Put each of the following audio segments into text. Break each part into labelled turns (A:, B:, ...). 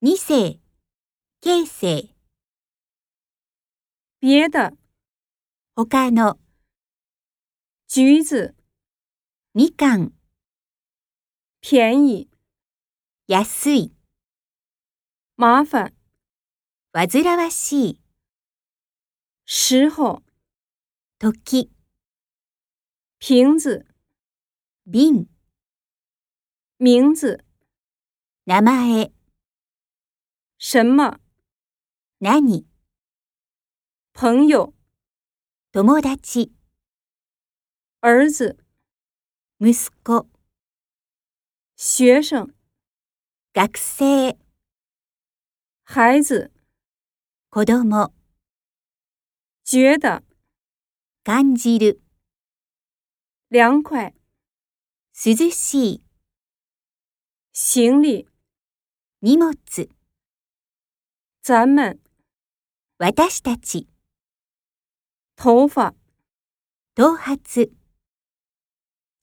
A: 二世、形成、
B: 别的、
A: 他の、
B: 橘子、
A: みかん、
B: 便宜、
A: 安い、
B: 麻烦、
A: 煩わしい、
B: 时候、
A: 時、
B: 瓶子、
A: 瓶、
B: 名字、
A: 名前、
B: 什么、
A: 何、
B: 朋友、
A: 友達、
B: 儿子、
A: 息子、
B: 学生、
A: 学生、
B: 孩子、
A: 子供、
B: 觉得、
A: 感じる、
B: 凉快、
A: 涼しい、
B: 行李、
A: 荷物、
B: 咱们、
A: 私たち、
B: 头发、
A: 頭髪、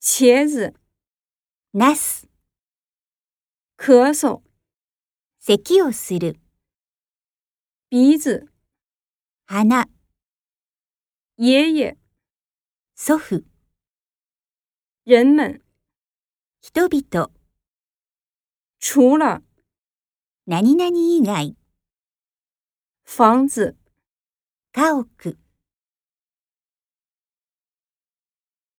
B: 茄子、
A: なす、
B: 咳嗽、
A: 咳をする、
B: 鼻子、
A: 花、
B: 爷爷、
A: 祖父、
B: 人们、
A: 人々、
B: 除了、
A: 何々以外、
B: 房子。
A: 家屋。